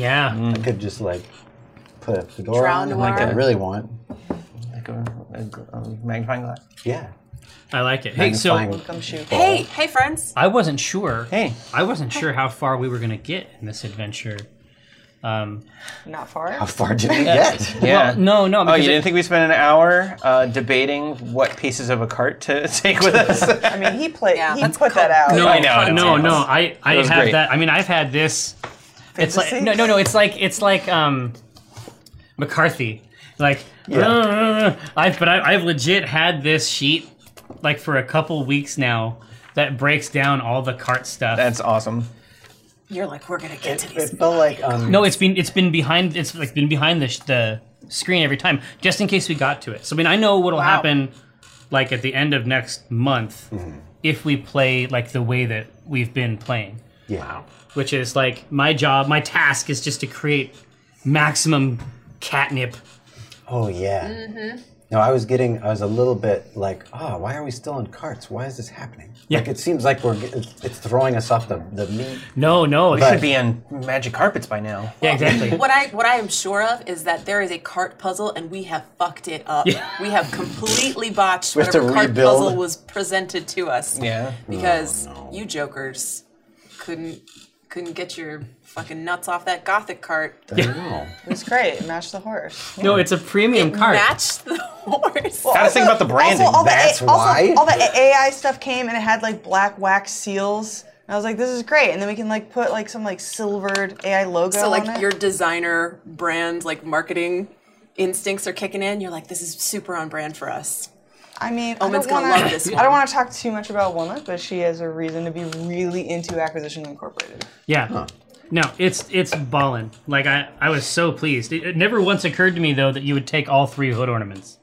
Yeah. I Mm. could just like put a fedora Drown on noir. like I really want. Like a, a, a magnifying glass. Yeah. I like it. Hey, so Magnifying- Hey, hey, friends. I wasn't sure. Hey. I wasn't sure how far we were going to get in this adventure. Um, Not far. how far did we get? Yeah. no, no. Oh, because you it- didn't think we spent an hour uh, debating what pieces of a cart to take with us? I mean, he played. Yeah, he that's put that out. No, I know, it's No, endless. no. I, I It was have great. that. I mean, I've had this. It's like Fantasy? no, no, no. It's like it's like um, McCarthy. Like "Ugh." I've but I, I've legit had this sheet like for a couple weeks now that breaks down all the cart stuff. That's awesome. You're like, we're gonna get to It these. felt like um no, it's been it's been behind it's like been behind the sh- the screen every time just in case we got to it. So I mean, I know what'll happen like at the end of next month if we play like the way that we've been playing. yeah. which is like my job, my task is just to create maximum catnip. Oh yeah. Mm-hmm. No, I was getting. I was a little bit like, ah, why are we still in carts? Why is this happening? Yeah. Like it seems like we're get- it's it's throwing us off the the meat. No, no, Should be on magic carpets by now. yeah, exactly. What I what I am sure of is that there is a cart puzzle and we have fucked it up. We have completely botched We have to whatever cart rebuild. puzzle was presented to us. Yeah. Because you jokers couldn't couldn't get your fucking nuts off that gothic cart. I don't know. It was great. It matched the horse. No, it's a premium cart. Matched the horse. Gotta think about the branding. Also, all That's the, A- also, why. all the AI stuff came and it had like black wax seals. And I was like, this is great. And then we can like put like some like silvered AI logo. So on like it. your designer brand like marketing instincts are kicking in. You're like, this is super on brand for us. I mean, Omen's I don't gonna wanna, love this I one. don't want to talk too much about Wilma, but she has a reason to be really into Acquisition Incorporated. Yeah. No, it's it's ballin'. Like I, I was so pleased. It, it never once occurred to me though that you would take all three hood ornaments.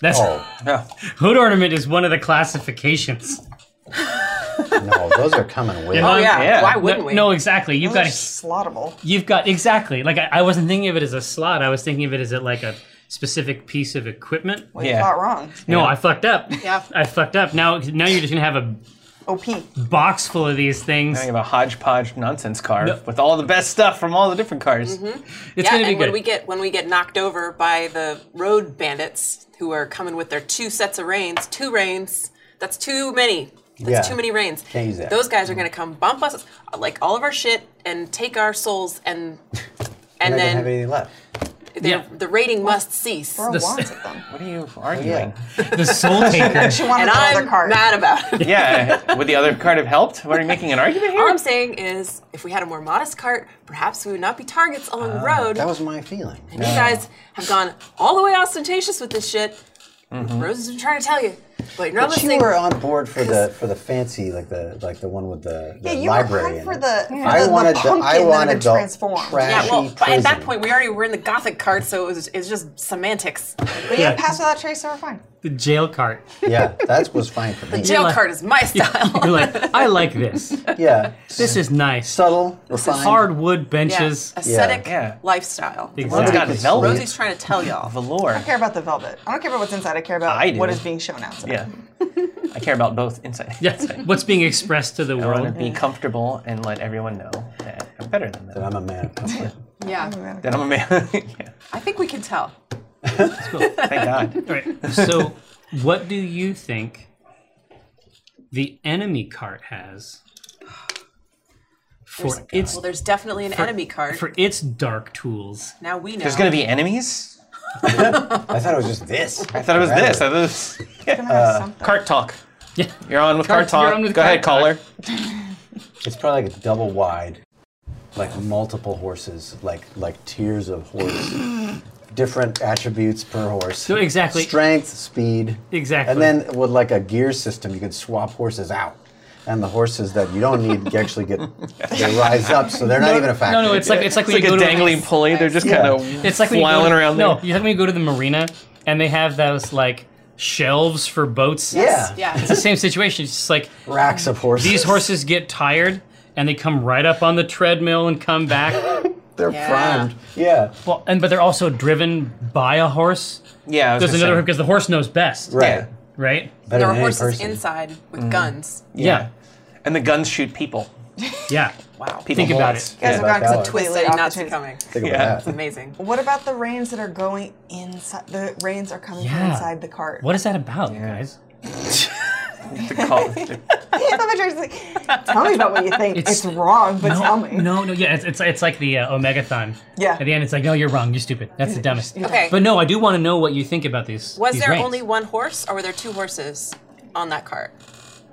That's Oh Yeah. hood ornament is one of the classifications. no, those are coming with. Oh, Yeah, Yeah. why No- wouldn't No, we? no, exactly. You've Those got a, are slottable. you've got exactly. Like I, I wasn't thinking of it as a slot. I was thinking of it as a, like a specific piece of equipment. Well, you Yeah. thought wrong. No, I fucked up. Yeah. I fucked up. Now, now you're just gonna have a OP. box full of these things. Think of a hodgepodge nonsense car with all the best stuff from all the different cars. Mm-hmm. It's yeah, gonna be good. and when we get when we get knocked over by the road bandits who are coming with their two sets of reins, two reins. That's too many. That's Yeah. too many reins. Can't use that. Those guys are gonna come bump us like all of our shit and take our souls and and I didn't have then anything left. the- Yeah. the raiding must cease. Or And s- wants of them. What are you arguing? Yeah. the soul taker. She wanted another I'm card. mad about it. Yeah. Would the other cart have helped? What are you making an argument All Oh, here? I'm saying is, if we had a more modest cart, perhaps we would not be targets along the road. Ah, That was my feeling. You guys have gone all the way ostentatious with this shit. Mm-hmm. Rose has been trying to tell you, but you're not But you listening. were on board for the for the fancy, like the like the one with the, the Yeah, you library. were in hyped for it. the, for I the, wanted the the- I pumpkin that wanted had been the transformed. trash- yeah, well, Ashy at that prison. point, we already were in the gothic cart, so it was, it's just semantics. But yeah, pass without trace, so we're fine. the jail cart. yeah, that was fine for me. Jail like- cart is my You're style. like, I like this. Yeah, This is nice. subtle, refined. Hardwood yeah, benches. ascetic Yeah. lifestyle. One's got Sleep. velvet Rosie's trying to tell y'all. velour. I don't care about the velvet. I don't care about what's inside. I care about I do. what is being shown outside. Yeah. I care about both inside. Yeah. What's being expressed to the Oh, I want to world? be comfortable and let everyone know that I'm better than them. I'm a man. of comfort. Yeah, That I'm a man. yeah. I think we can tell. Thank God. All right. So, what do you think the enemy cart has for its Well, there's definitely an enemy cart. for its dark tools? now we know. There's gonna be enemies. I thought it was just this. I thought it was this. I thought it was cart talk. Yeah. You're on with Cart- cart, you're talk. on with Go cart ahead, talk. caller. It's probably like a double wide, like multiple horses, like like tiers of horse, different attributes per horse. So exactly- strength, speed, Exactly. and then with like a gear system, you could swap horses out, and the horses that you don't need actually get they rise up, so they're not even a factor. No, no. It's like it's like It's when like you a go to dangling pulley. They're just kind of It's like when you go flailing to- around No, there. you have me go to the marina and they have those like shelves for boats. yeah, yeah. It's the same situation. It's just like racks of horses. these horses get tired and they come right up on the treadmill and come back. they're Yeah. primed. Yeah, well, and but they're also driven by a horse. Yeah. I was There's gonna another say. because the horse knows best, right. Yeah. right? Better there than are any horses person. inside with guns. Yeah. And the guns shoot people. Yeah. Wow. People Think about it. horse. You guys Yeah, have gotten that some one. twisted Say not opportunities. coming. Think about Yeah. that. Amazing. What about the rains that are going inside? The rains are coming from Yeah. inside the cart. What is that about, guys? The call- tell me about what you think. It's- It's, wrong, but no, tell me. Oh, No, no, yeah, it's it's, it's like the uh, Omegathon. Yeah. At the end, it's like, no, you're wrong. You're stupid. That's the dumbest. Okay. But no, I do want to know what you think about these. Was these there reins. only one horse, or were there two horses on that cart?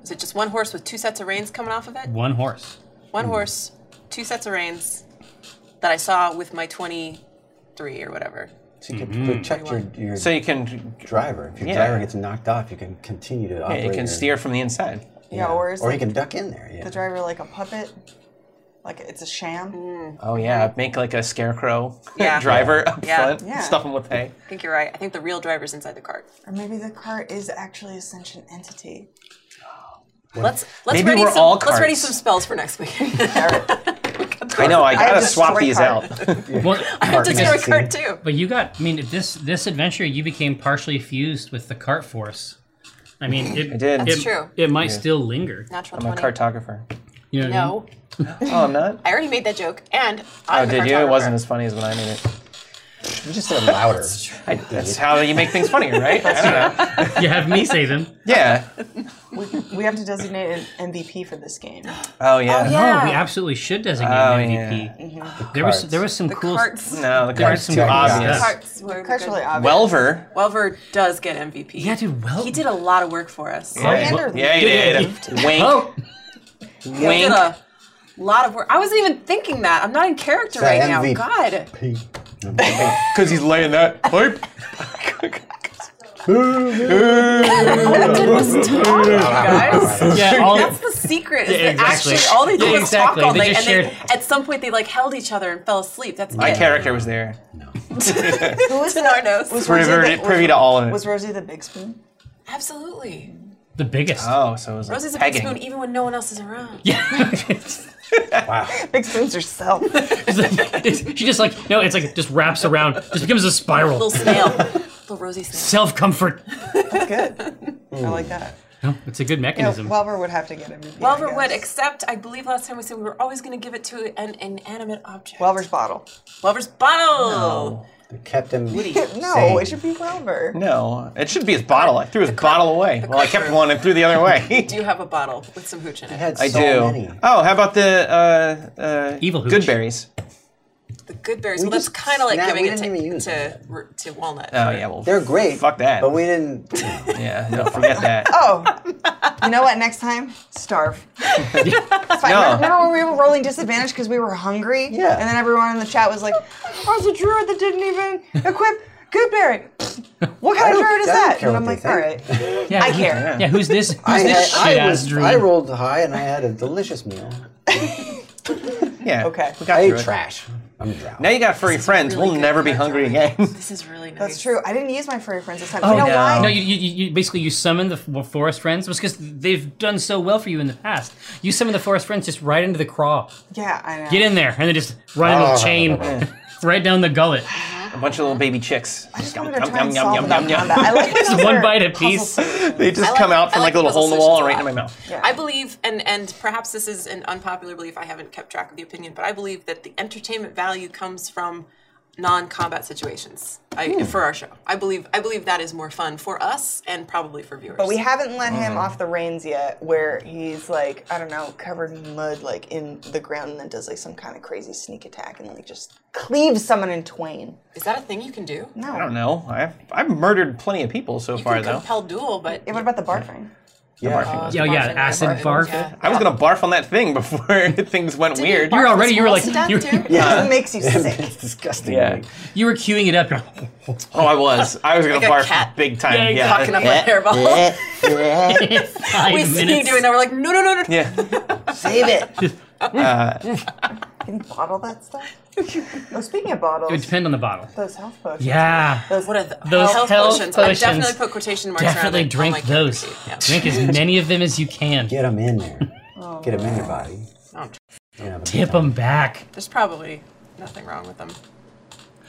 Was it just one horse with two sets of reins coming off of it? one horse? One horse, two sets of reins that I saw with my 23 or whatever. So you can Mm-hmm. protect your, your so you can driver. If your Yeah. driver gets knocked off, you can continue to operate. it your- can steer from the inside. Yeah, or is or like, you can duck in there. Yeah. the driver like a puppet? Like it's a sham? Oh yeah, make like a scarecrow Yeah. driver up Yeah. front, Yeah. stuff him with hay. I think you're right. I think the real driver's inside the cart. Or maybe the cart is actually a sentient entity. Let's let's Maybe ready we're some all let's ready carts. some spells for next week. I know. I gotta have a swap story these card. out. Well, Let's destroy Carts. cart too. but you got. I mean, this this adventure, you became partially fused with the cart force. I mean, it, did. It, That's true. It might still linger. Natural I'm a 20. cartographer. You know what I mean? No, Oh, I'm not. I already made that joke, and Oh, I'm a did you? It cartographer. wasn't as funny as when I made it. You just said louder. I, that's how you make things funnier, right? I don't know. You have me say them. Yeah. We, we have to designate an MVP for this game. Oh yeah. yeah. Mm-hmm. No, we absolutely should designate Oh, an MVP. There was there was some The cool. carts, No, the There's cards some too obvious. obvious. carts were Cart's good. really obvious. Welver. Welver does get MVP. Yeah, dude. Well, He did a lot of work for us. Oh, Commander well- Lee. Yeah, you did. Wink, Oh, He wink. did a lot of work. I wasn't even thinking that. I'm not in character right now. MVP. God. P. Because he's laying that pipe. What I did was talk, you guys. yeah. All, That's the secret. Is Yeah, that exactly. Actually, all they did Yeah, was exactly. talk all They night, just and they, shared- at some point they like held each other and fell asleep. That's My it. character was there. Who is in our nose. Was Privy, Rosie the, privy was, to all of was it. Rosie the big spoon? Absolutely. the biggest. Oh, so it was Rosie's a big pegging. spoon, even when no one else is around. Oh. Wow. Big spoon's herself. It's- she just like no, it's like just wraps around, just becomes a spiral. Little snail. Little Rosie snail. Self comfort. That's good. I like that. No, it's a good Yeah, mechanism. Welver would have to get MVP. I Welver would, guess. except I believe last time we said we were always going to give it to an inanimate object. Welver's bottle. Welver's bottle. They kept him. No, Same. it should be Welver. No, it should be his bottle. I threw his bottle away. Well, I kept one and threw the other way. Do you have a bottle with some hooch in it? He had I so do. Many. Oh, how about the uh, uh, Evil hooch. good berries? The good berries. We well, that's just- kind of like nah, giving we it didn't even to use to, r- to walnut. Oh yeah, well, They're great. Fuck that. But we didn't. yeah, no, forget that. Oh, you know what? Next time, starve. It's fine. No. Remember, remember when we were rolling disadvantage because we were hungry? Yeah. And then everyone in the chat was like, "I was a druid that didn't even equip Goodberry. What kind of don't- druid is I don't that?" care And I'm what like, they "All right, yeah, I care." Yeah, who's this? Who's I, this had, shit I, ass was, druid? I rolled high and I had a delicious meal. Yeah. Okay. I We got through ate it. trash. I'm drowned. Now you got furry friends. really we'll good never be hungry again. This is really nice. That's true. I didn't use my furry friends this time. Oh, you know no. why? No, you, you, you you- basically you summon the f- forest friends because they've done so well for you in the past. You summon the forest friends just right into the craw. Yeah, I know. Get in there, and they just run in with Oh. chain right down the gullet. a bunch of little baby chicks. I just wanted to try and solve that combat. I like Just those one are bite a puzzle piece. solutions. They just I come like- out from I like, like a little hole in the puzzle wall and solutions right a into my lot. mouth. Yeah. I believe, and and perhaps this is an unpopular belief. I haven't kept track of the opinion, but I believe that the entertainment value comes from non-combat situations I, Hmm. for our show. I believe I believe that is more fun for us and probably for viewers. But we haven't let him off the reins yet, where he's like, I don't know, covered in mud, like in the ground, and then does like some kind of crazy sneak attack and like just cleaves someone in twain. is that a thing you can do? No. I don't know. I've I've murdered plenty of people so You far can though. compel duel, but Yeah, what about the barfing? Yeah. Yeah, yeah, Barfing, acid barfing, barf. yeah. I was gonna barf on that thing before things went Did weird. barf You're already- this you were horse like- to you're- death, too? it makes you sick. It's disgusting. Yeah. Like, You were queuing it up. You're Oh, I was. I was gonna Like a barf cat. big time. Yeah, Yeah, Cocking up my hairball. five We see you minutes. doing that. We're like, no, no, no, no. Yeah. Uh, Save it. Can you bottle that stuff? Oh, It speaking of would bottles, depend on the bottle. those health potions. Yeah. What are the Those health, health potions? potions. I definitely put quotation marks Definitely around it on my drink those. character sheet, yeah. Drink as many of them as you can. Get them in there. Get them in your body. Oh, Yeah, but- Tip them back. There's probably nothing wrong with them.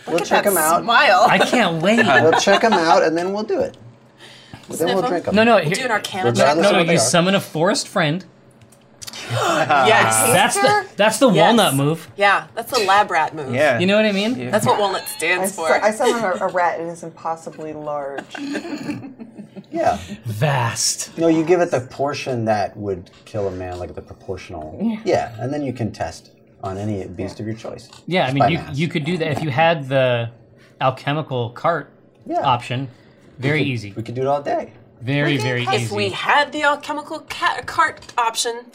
We'll Look check at that them out. Smile. I can't wait. We'll check them out and then we'll do it. Then Sniff we'll 'em? drink them. No, no, We'll do here- an arcana Regardless no, of no. what they You are. summon a forest friend. That's yes. the that's the Yes. walnut move. Yeah, that's the lab rat move. Yeah. You know what I mean? That's what walnut I, stands su- for. I summon a, a rat. It is impossibly large. Yeah. Vast. No, you give it the portion that would kill a man, like the proportional. Yeah. and then you can test on any beast of your choice. Yeah, I by mean you mass. you could do that if you had the alchemical cart Yeah. option. Very easy. We could do it all day. Very very if easy. we had the alchemical ca- cart option,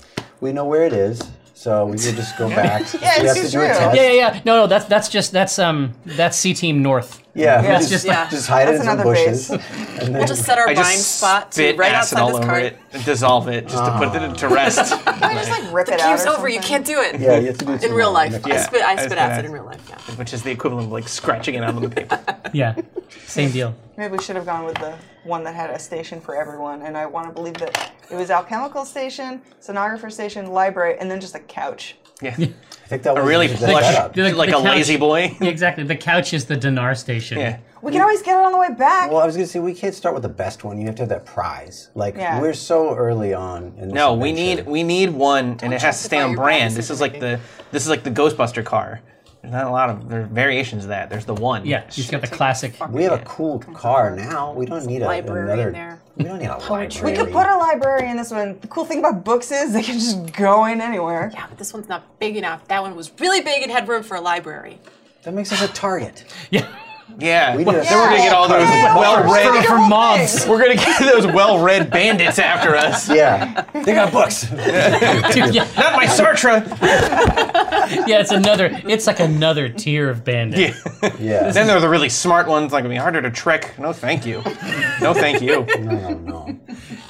We know where it is, so we could just go back. Yeah, we it's have to just do a true. test. yeah, yeah, yeah. No, no, that's that's just that's um that's C Team North. Yeah, we That's just, just- yeah. just hide That's it in some another bushes. base. And then we'll just set our I blind just spot to spit right acid outside all this over cart. it and dissolve it just to put it to rest. Can I just like rip The it out? cube's or over. You something? can't do it yeah, you have to do it in real tomorrow. life. I Yeah, spit. I I spit spit acid acid. in real life. Yeah. Which is the equivalent of like scratching it out on the paper. Yeah. Same deal. Maybe we should have gone with the one that had a station for everyone. And I want to believe that it was alchemical station, sonographer station, library, and then just a couch. Yeah. I think that was Really that plush, setup. The- like the a lazy couch. boy. Yeah, exactly. The couch is the dinar station. Yeah. We can always get it on the way back. Well, I was gonna say we can't start with the best one. You have to have that prize. Like Yeah. we're so early on. In this No, we adventure. need we need one, and it has to stay justify on your brand. bad This is like the this is like the Ghostbuster car. There's not a lot of there are variations of that. There's the one. Yeah, you've got the classic. We have a cool car now. We don't need a, Library in another. there. We don't need a library. we could put a library in this one. The cool thing about books is they can just go in anywhere. Yeah, but this one's not big enough. That one was really big and had room for a library. That makes us a target. Yeah. Yeah. We need a Then we're gonna get all those Yeah. For, well-read. for whole mobs. We're gonna get those well-read bandits after us. Yeah, they got books. yeah, Not my Sartre. yeah, it's another. It's like another tier of bandit. Yeah. yeah. Then there are the really smart ones, like gonna be harder to trick. No, thank you. No, thank you. I don't know.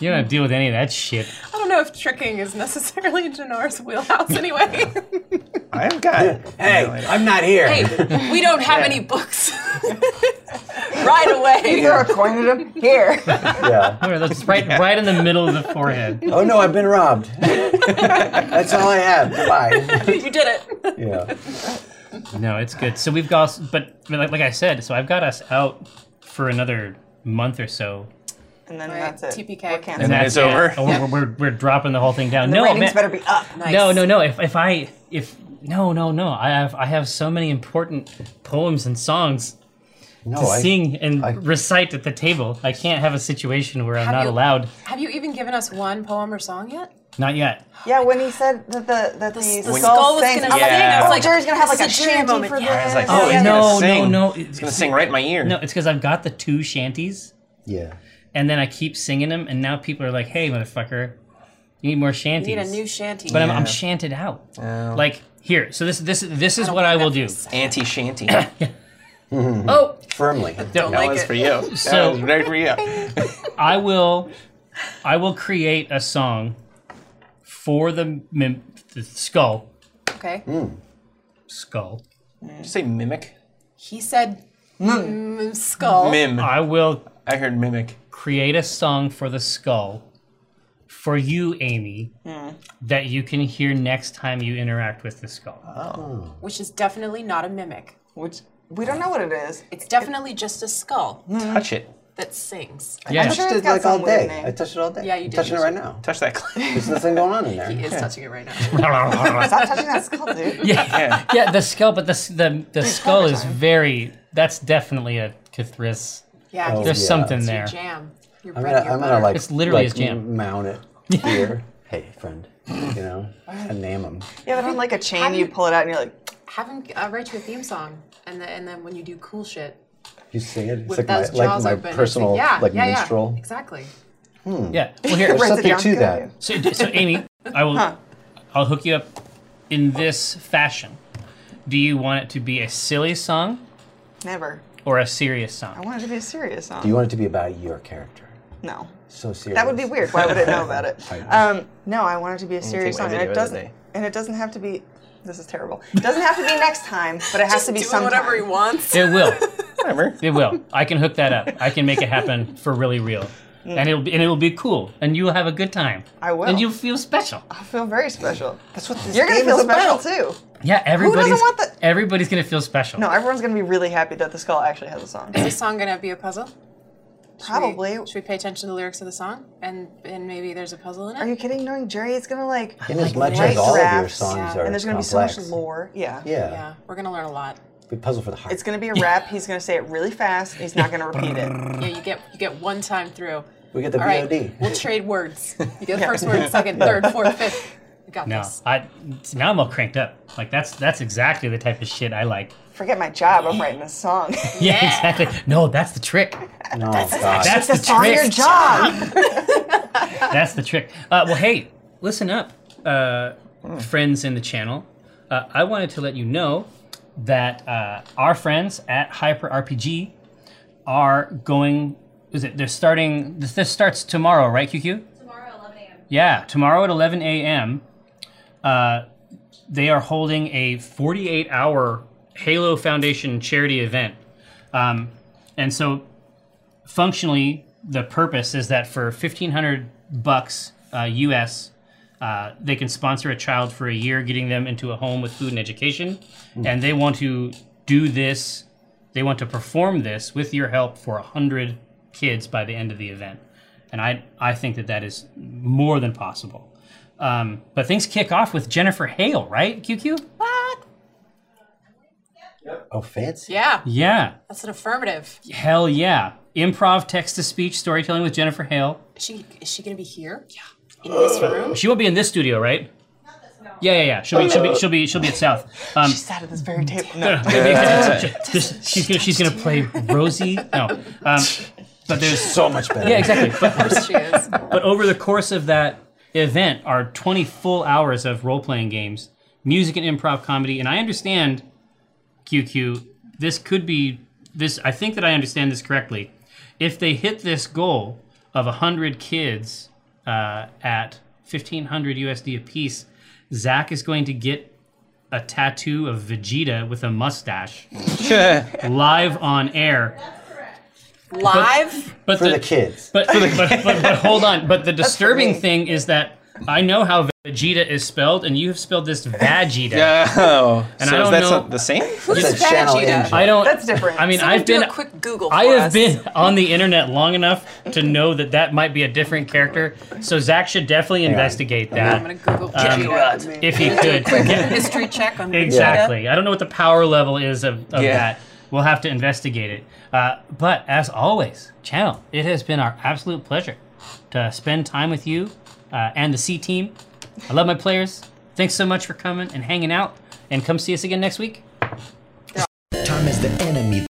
You don't have to deal with any of that shit. I don't know if tricking is necessarily in Janar's wheelhouse anyway. I've got. Hey, I'm not here. hey, we don't have any books. right away. Throw a coin at him. Here. Oh, Yeah. Where that's right, right in the middle of the forehead. Oh no, I've been robbed. That's all I have. Goodbye. You did it. Yeah. No, it's good. So we've got, but but like, like I said, so I've got us out for another month or so, And then Right, that's it. TPK. We're canceled. and then it's it. over? Oh, We're, we're, we're dropping the whole thing down. The no, man, ratings better be up. no, no, no. If if I if no, no, no. I have I have so many important poems and songs No, to sing and Oh, I- recite at the table. I can't have a situation where I'm Have not you- allowed. Have you even given us one poem or song yet? Oh, Not yet. Yeah, when he said that the that the, The, skull, skull was sang, gonna I'm sing. like, I Yeah. oh, was like, Jerry's gonna have this like a is Jerry shanty moment. for Yeah. this. like, Oh, he's no, gonna no, sing. no, He's gonna sing right in my ear. No, it's because I've got the two shanties, Yeah. and then I keep singing them, and now people are like, "Hey, motherfucker, you need more shanties." Need a new shanty. but I'm, I'm shanted out. Like here, so this this this is don't what like I that will for do. a second. Anti shanty. Oh, Firmly. Don't Hmm. That like was it. for you. So- that was right for you. I will, I will create a song for the, mim- the skull Okay. Mm. skull. Did you say mimic? He said mm, skull. Mim. I will I heard mimic. create a song for the skull for you, Amy, that you can hear next time you interact with the skull. which is definitely not a mimic. Which we don't know what it is. It's definitely just a skull Touch it. that sings. yeah, I'm Mm. I sure it's did got like some all weird day. name. I touched it all day. Yeah, you I'm did. touching it right now. Touch that clam. There's nothing going on in there. He is touching it right now. Stop touching that skull, dude. yeah, yeah. The skull, but the s- the the skull is very. That's definitely a Kithris. Yeah, Oh, There's yeah. something he's there. your jam. Your I'm bread gonna, and your I'm gonna butter. like It's literally like, his jam. Mount it here. hey, friend. You know, and name him. Yeah, but on like a Have chain, you- you pull it out and you're like, have him uh, write you a theme song, and the, and then when you do cool shit, You sing it. It's with like my, those like jaws my open, personal it's like, yeah, like yeah, minstrel. yeah, exactly. Yeah. Well, here, Right. Writes it Something down. to that. So, so Amy, I will, I'll hook you up in this fashion. Do you want it to be a silly song never. or a serious I song? want it to be a serious song. Do you want it to be about your character? no. So serious. That would be weird. Why would it know about it? Um, no, I want it to be a serious take my song. video And it of the doesn't day. and it doesn't have to be this is terrible. It doesn't have to be next time, but it has to be Doing sometime. whatever he wants. It will. Whatever. It will. I can hook that up. I can make it happen for really real, and it'll be, and it'll be cool, and you'll have a good time. Hmm. I will. Uh, And you'll feel special. I feel very special. That's what this You're gonna game feel is special about. too. Yeah, everybody's want that? everybody's gonna feel special. No, everyone's gonna be really happy that the skull actually has a song. Is this song gonna be a puzzle? Probably. Should we pay attention to the lyrics of the song? And and maybe there's a puzzle in it? Are you kidding? Knowing Jerry, it's gonna like In as much write as all of your drafts, songs yeah, are and there's gonna complex. be so much lore. Yeah. Yeah. yeah, we're gonna learn a lot. Good puzzle for the heart. It's gonna be a rap. He's gonna say it really fast. And he's not gonna repeat it. Yeah, you get you get one time through. we get the All right, VOD. we'll trade words. You get the first word, second, third, fourth, fifth. We got No, this. I now I'm all cranked up. Like that's that's exactly the type of shit I like. Forget my job. I'm writing a song. Yeah, exactly. No, that's the trick. No, God. That's the That's on trick. your job. That's the trick. Uh, well, hey, listen up, uh, friends in the channel. Uh, I wanted to let you know that uh, our friends at Hyper RPG are going. Is it? They're starting. This, this starts tomorrow, right, QQ? Tomorrow, 11 a.m. Yeah, tomorrow at 11 a.m., uh, they are holding a 48 hour Halo Foundation charity event. Um, and so, functionally, the purpose is that for 1500 bucks uh, US, uh, they can sponsor a child for a year, getting them into a home with food and education. And they want to do this, they want to perform this with your help for 100 kids by the end of the event. And I, I think that that is more than possible. Um, but things kick off with Jennifer Hale, right, QQ? Oh, fancy. Yeah, Yeah. that's an affirmative. Hell yeah. Improv, text to speech, storytelling with Jennifer Hale. Is she is she gonna be here? Yeah. In this room? She won't be in this studio, right? Yeah, yeah, yeah. She'll be, she'll be, she'll be, she'll be at South. Um, She sat at this very table. No. just- she's gonna, she's gonna play Rosie. No, um, but there's So much better. yeah, exactly. But Of course she is. But over the course of that event are 20 full hours of role playing games, music and improv comedy. And I understand, QQ, this could be this. I think that I understand this correctly. If they hit this goal of 100 kids uh, at 1500 USD apiece, Zach is going to get a tattoo of Vegeta with a mustache Uh, live on air. Live? But For the kids. but, but, but, but hold on. But the disturbing me. thing is that I know how Vegeta is spelled, and you have spelled this Vegeta. Oh, And so I don't that's know- not the same? It's a Vegeta? channel I engine. don't. That's different. I mean, Someone I've do been. a quick Google I for have us. been on the internet long enough to know that that might be a different character. So Zach should definitely investigate I'm that gonna Google Vegeta. if he could. Yeah, History check on Vegeta. Um, exactly. I don't know what the power level is of, of Yeah. that. We'll have to investigate it. Uh, but as always, channel, it has been our absolute pleasure to spend time with you uh, and the C team. I love my players. Thanks so much for coming and hanging out. And come see us again next week.